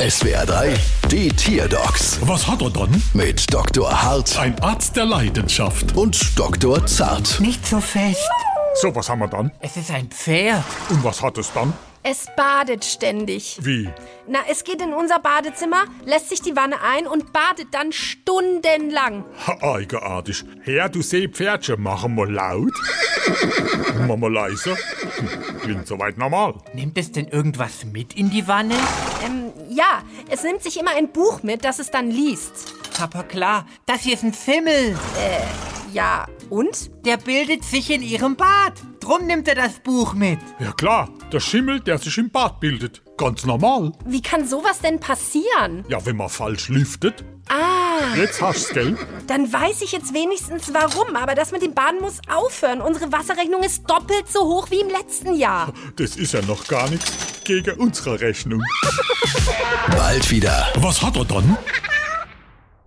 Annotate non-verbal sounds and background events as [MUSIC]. SWR 3, die Tierdocs Was hat er dann? mit Dr. Hart Ein Arzt der Leidenschaft. und Dr. Zart. Nicht so fest. So, was haben wir dann? Es ist ein Pferd. Und was hat es dann? Es badet ständig. Wie? Na, es geht in unser Badezimmer, lässt sich die Wanne ein und badet dann stundenlang. Ha, Eigenartig. Herr, du Seepferdchen, machen wir laut. [LAUGHS] machen wir leiser. Hm, Klingt soweit normal. Nimmt es denn irgendwas mit in die Wanne? Ähm, ja, es nimmt sich immer ein Buch mit, das es dann liest. Papa, klar, das hier ist ein Fimmel. Ja, und? Der bildet sich in ihrem Bad. Drum nimmt er das Buch mit. Ja klar, der Schimmel, der sich im Bad bildet. Ganz normal. Wie kann sowas denn passieren? Ja, wenn man falsch lüftet. Ah, Jetzt hast gell? dann weiß ich jetzt wenigstens warum, aber das mit dem Baden muss aufhören. Unsere Wasserrechnung ist doppelt so hoch wie im letzten Jahr. Das ist ja noch gar nichts gegen unsere Rechnung. Bald wieder. Was hat er dann?